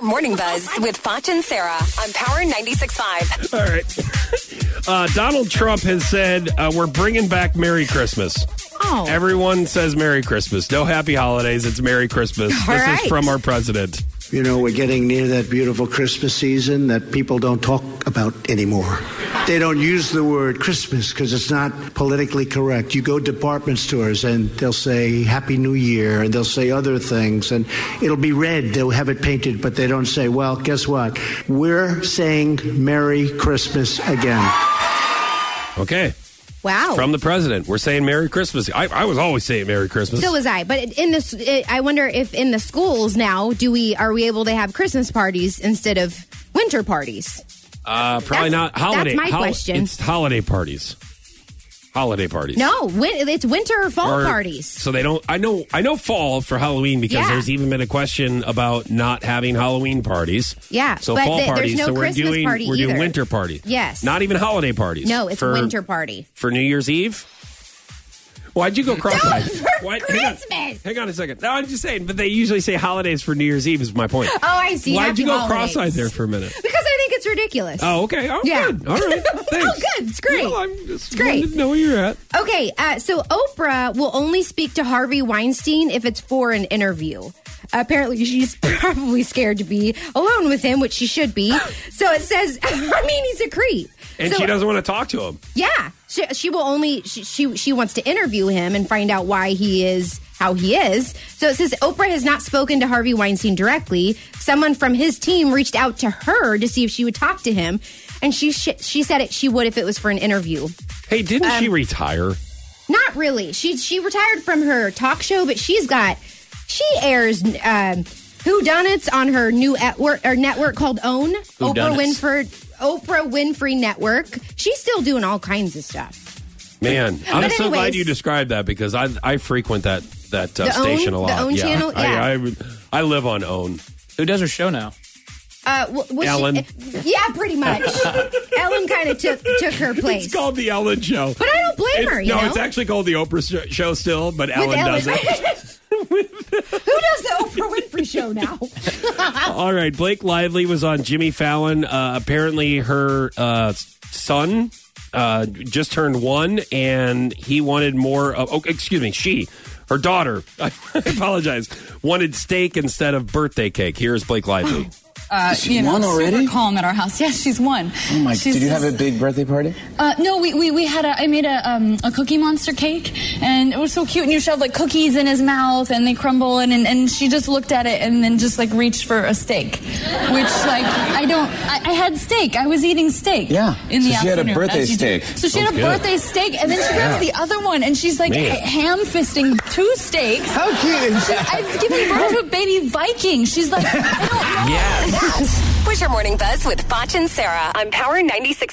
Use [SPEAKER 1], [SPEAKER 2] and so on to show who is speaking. [SPEAKER 1] Morning Buzz with Foch and Sarah on Power 96.5.
[SPEAKER 2] All right. Uh, Donald Trump has said uh, we're bringing back Merry Christmas.
[SPEAKER 3] Oh.
[SPEAKER 2] Everyone says Merry Christmas. No happy holidays. It's Merry Christmas.
[SPEAKER 3] All
[SPEAKER 2] this is
[SPEAKER 3] right.
[SPEAKER 2] from our president.
[SPEAKER 4] You know, we're getting near that beautiful Christmas season that people don't talk about anymore. They don't use the word Christmas because it's not politically correct. You go department stores and they'll say Happy New Year and they'll say other things and it'll be red. They'll have it painted, but they don't say, well, guess what? We're saying Merry Christmas again.
[SPEAKER 2] Okay.
[SPEAKER 3] Wow.
[SPEAKER 2] From the president. We're saying Merry Christmas. I, I was always saying Merry Christmas.
[SPEAKER 3] so was I, but in this, I wonder if in the schools now, do we are we able to have Christmas parties instead of winter parties?
[SPEAKER 2] uh, probably
[SPEAKER 3] that's-
[SPEAKER 2] not holiday.
[SPEAKER 3] that's my
[SPEAKER 2] hol-
[SPEAKER 3] question.
[SPEAKER 2] It's holiday parties. Holiday parties.
[SPEAKER 3] No, win- it's winter or fall
[SPEAKER 2] Or-
[SPEAKER 3] parties.
[SPEAKER 2] So they don't. I know. I know fall for Halloween because
[SPEAKER 3] Yeah.
[SPEAKER 2] there's even been a question about not having Halloween parties.
[SPEAKER 3] Yeah,
[SPEAKER 2] So
[SPEAKER 3] but
[SPEAKER 2] fall
[SPEAKER 3] th- there's
[SPEAKER 2] parties.
[SPEAKER 3] no
[SPEAKER 2] so we're
[SPEAKER 3] Christmas
[SPEAKER 2] doing
[SPEAKER 3] party
[SPEAKER 2] we're doing
[SPEAKER 3] either.
[SPEAKER 2] winter party.
[SPEAKER 3] Yes.
[SPEAKER 2] Not even holiday parties.
[SPEAKER 3] No, it's
[SPEAKER 2] for,
[SPEAKER 3] winter party.
[SPEAKER 2] for New Year's Eve. Why'd you go cross-eyed?
[SPEAKER 3] for
[SPEAKER 2] Why- Hang on,
[SPEAKER 3] Christmas!
[SPEAKER 2] hang on a second. No, I'm just saying, but they usually say holidays for New Year's Eve is my point.
[SPEAKER 3] Oh, I see.
[SPEAKER 2] Why'd
[SPEAKER 3] Happy
[SPEAKER 2] you go
[SPEAKER 3] holidays.
[SPEAKER 2] cross-eyed there for a minute?
[SPEAKER 3] Because I think it's ridiculous.
[SPEAKER 2] Oh, okay. Oh,
[SPEAKER 3] Yeah.
[SPEAKER 2] good. All right. Thanks.
[SPEAKER 3] Oh, good. It's great.
[SPEAKER 2] Well, I'm just
[SPEAKER 3] It's great.
[SPEAKER 2] wanted to know where you're at.
[SPEAKER 3] Okay, uh, so Oprah will only speak to Harvey Weinstein if it's for an interview. Apparently, she's probably scared to be alone with him, which she should be. So it says, I mean, he's a creep.
[SPEAKER 2] And
[SPEAKER 3] So-
[SPEAKER 2] she doesn't want to talk to him.
[SPEAKER 3] Yeah, she, she will only she, she she wants to interview him and find out why he is how he is. So it says Oprah has not spoken to Harvey Weinstein directly. Someone from his team reached out to her to see if she would talk to him, and she she, she said it she would if it was for an interview.
[SPEAKER 2] Hey, didn't she
[SPEAKER 3] Um,
[SPEAKER 2] retire?
[SPEAKER 3] Not really. She she retired from her talk show, but she's got she airs um, Who Donuts on her new network or network called Own Oprah
[SPEAKER 2] Whodunits.
[SPEAKER 3] Winfrey Oprah Winfrey Network. She's still doing all kinds of stuff.
[SPEAKER 2] Man, I'm
[SPEAKER 3] But
[SPEAKER 2] so glad
[SPEAKER 3] anyways-
[SPEAKER 2] you described that because I I frequent that that uh,
[SPEAKER 3] The OWN?
[SPEAKER 2] station a
[SPEAKER 3] The
[SPEAKER 2] lot.
[SPEAKER 3] OWN channel? Yeah.
[SPEAKER 2] I, I I live on own.
[SPEAKER 5] Who does her show now?
[SPEAKER 3] Uh, w- was she-
[SPEAKER 2] Ellen.
[SPEAKER 3] yeah, pretty much. Ellen kind of took took her place.
[SPEAKER 2] It's called the Ellen Show.
[SPEAKER 3] But I don't blame
[SPEAKER 2] It's-
[SPEAKER 3] her, you
[SPEAKER 2] no,
[SPEAKER 3] know?
[SPEAKER 2] it's actually called the Oprah Sh- Show still, but Ellen, does it.
[SPEAKER 3] Who does the Oprah Winfrey show now?
[SPEAKER 2] All right, Blake Lively was on Jimmy Fallon. Uh, apparently, her uh, son uh, just turned one, and he wanted more. Of, oh, excuse me, she, her daughter. I apologize. Wanted steak instead of birthday cake. Here's Blake Lively.
[SPEAKER 6] She's won already?
[SPEAKER 7] Super calm at our house. Yes, she's won.
[SPEAKER 6] Oh my!
[SPEAKER 7] She's
[SPEAKER 6] Did you have a
[SPEAKER 7] just-
[SPEAKER 6] big birthday party?
[SPEAKER 7] Uh, no, we, we, we had a. I made a um, a Cookie Monster cake, and it was so cute. And you shoved like cookies in his mouth, and they crumble. And, and and she just looked at it, and then just like reached for a steak, which like I don't. I, I had steak. I was eating steak.
[SPEAKER 6] Yeah.
[SPEAKER 7] In the
[SPEAKER 6] So she had a
[SPEAKER 7] afternoon.
[SPEAKER 6] birthday
[SPEAKER 7] as you do.
[SPEAKER 6] steak.
[SPEAKER 7] So she had a
[SPEAKER 2] good.
[SPEAKER 7] birthday steak, and then she grabs the other one, and she's like
[SPEAKER 2] Man.
[SPEAKER 7] ham fisting two steaks.
[SPEAKER 6] How cute is that?
[SPEAKER 7] I've given birth to a baby Viking. She's like, I don't know.
[SPEAKER 2] Yes.
[SPEAKER 1] Was your Morning Buzz with Foch and Sarah on Power 96.5.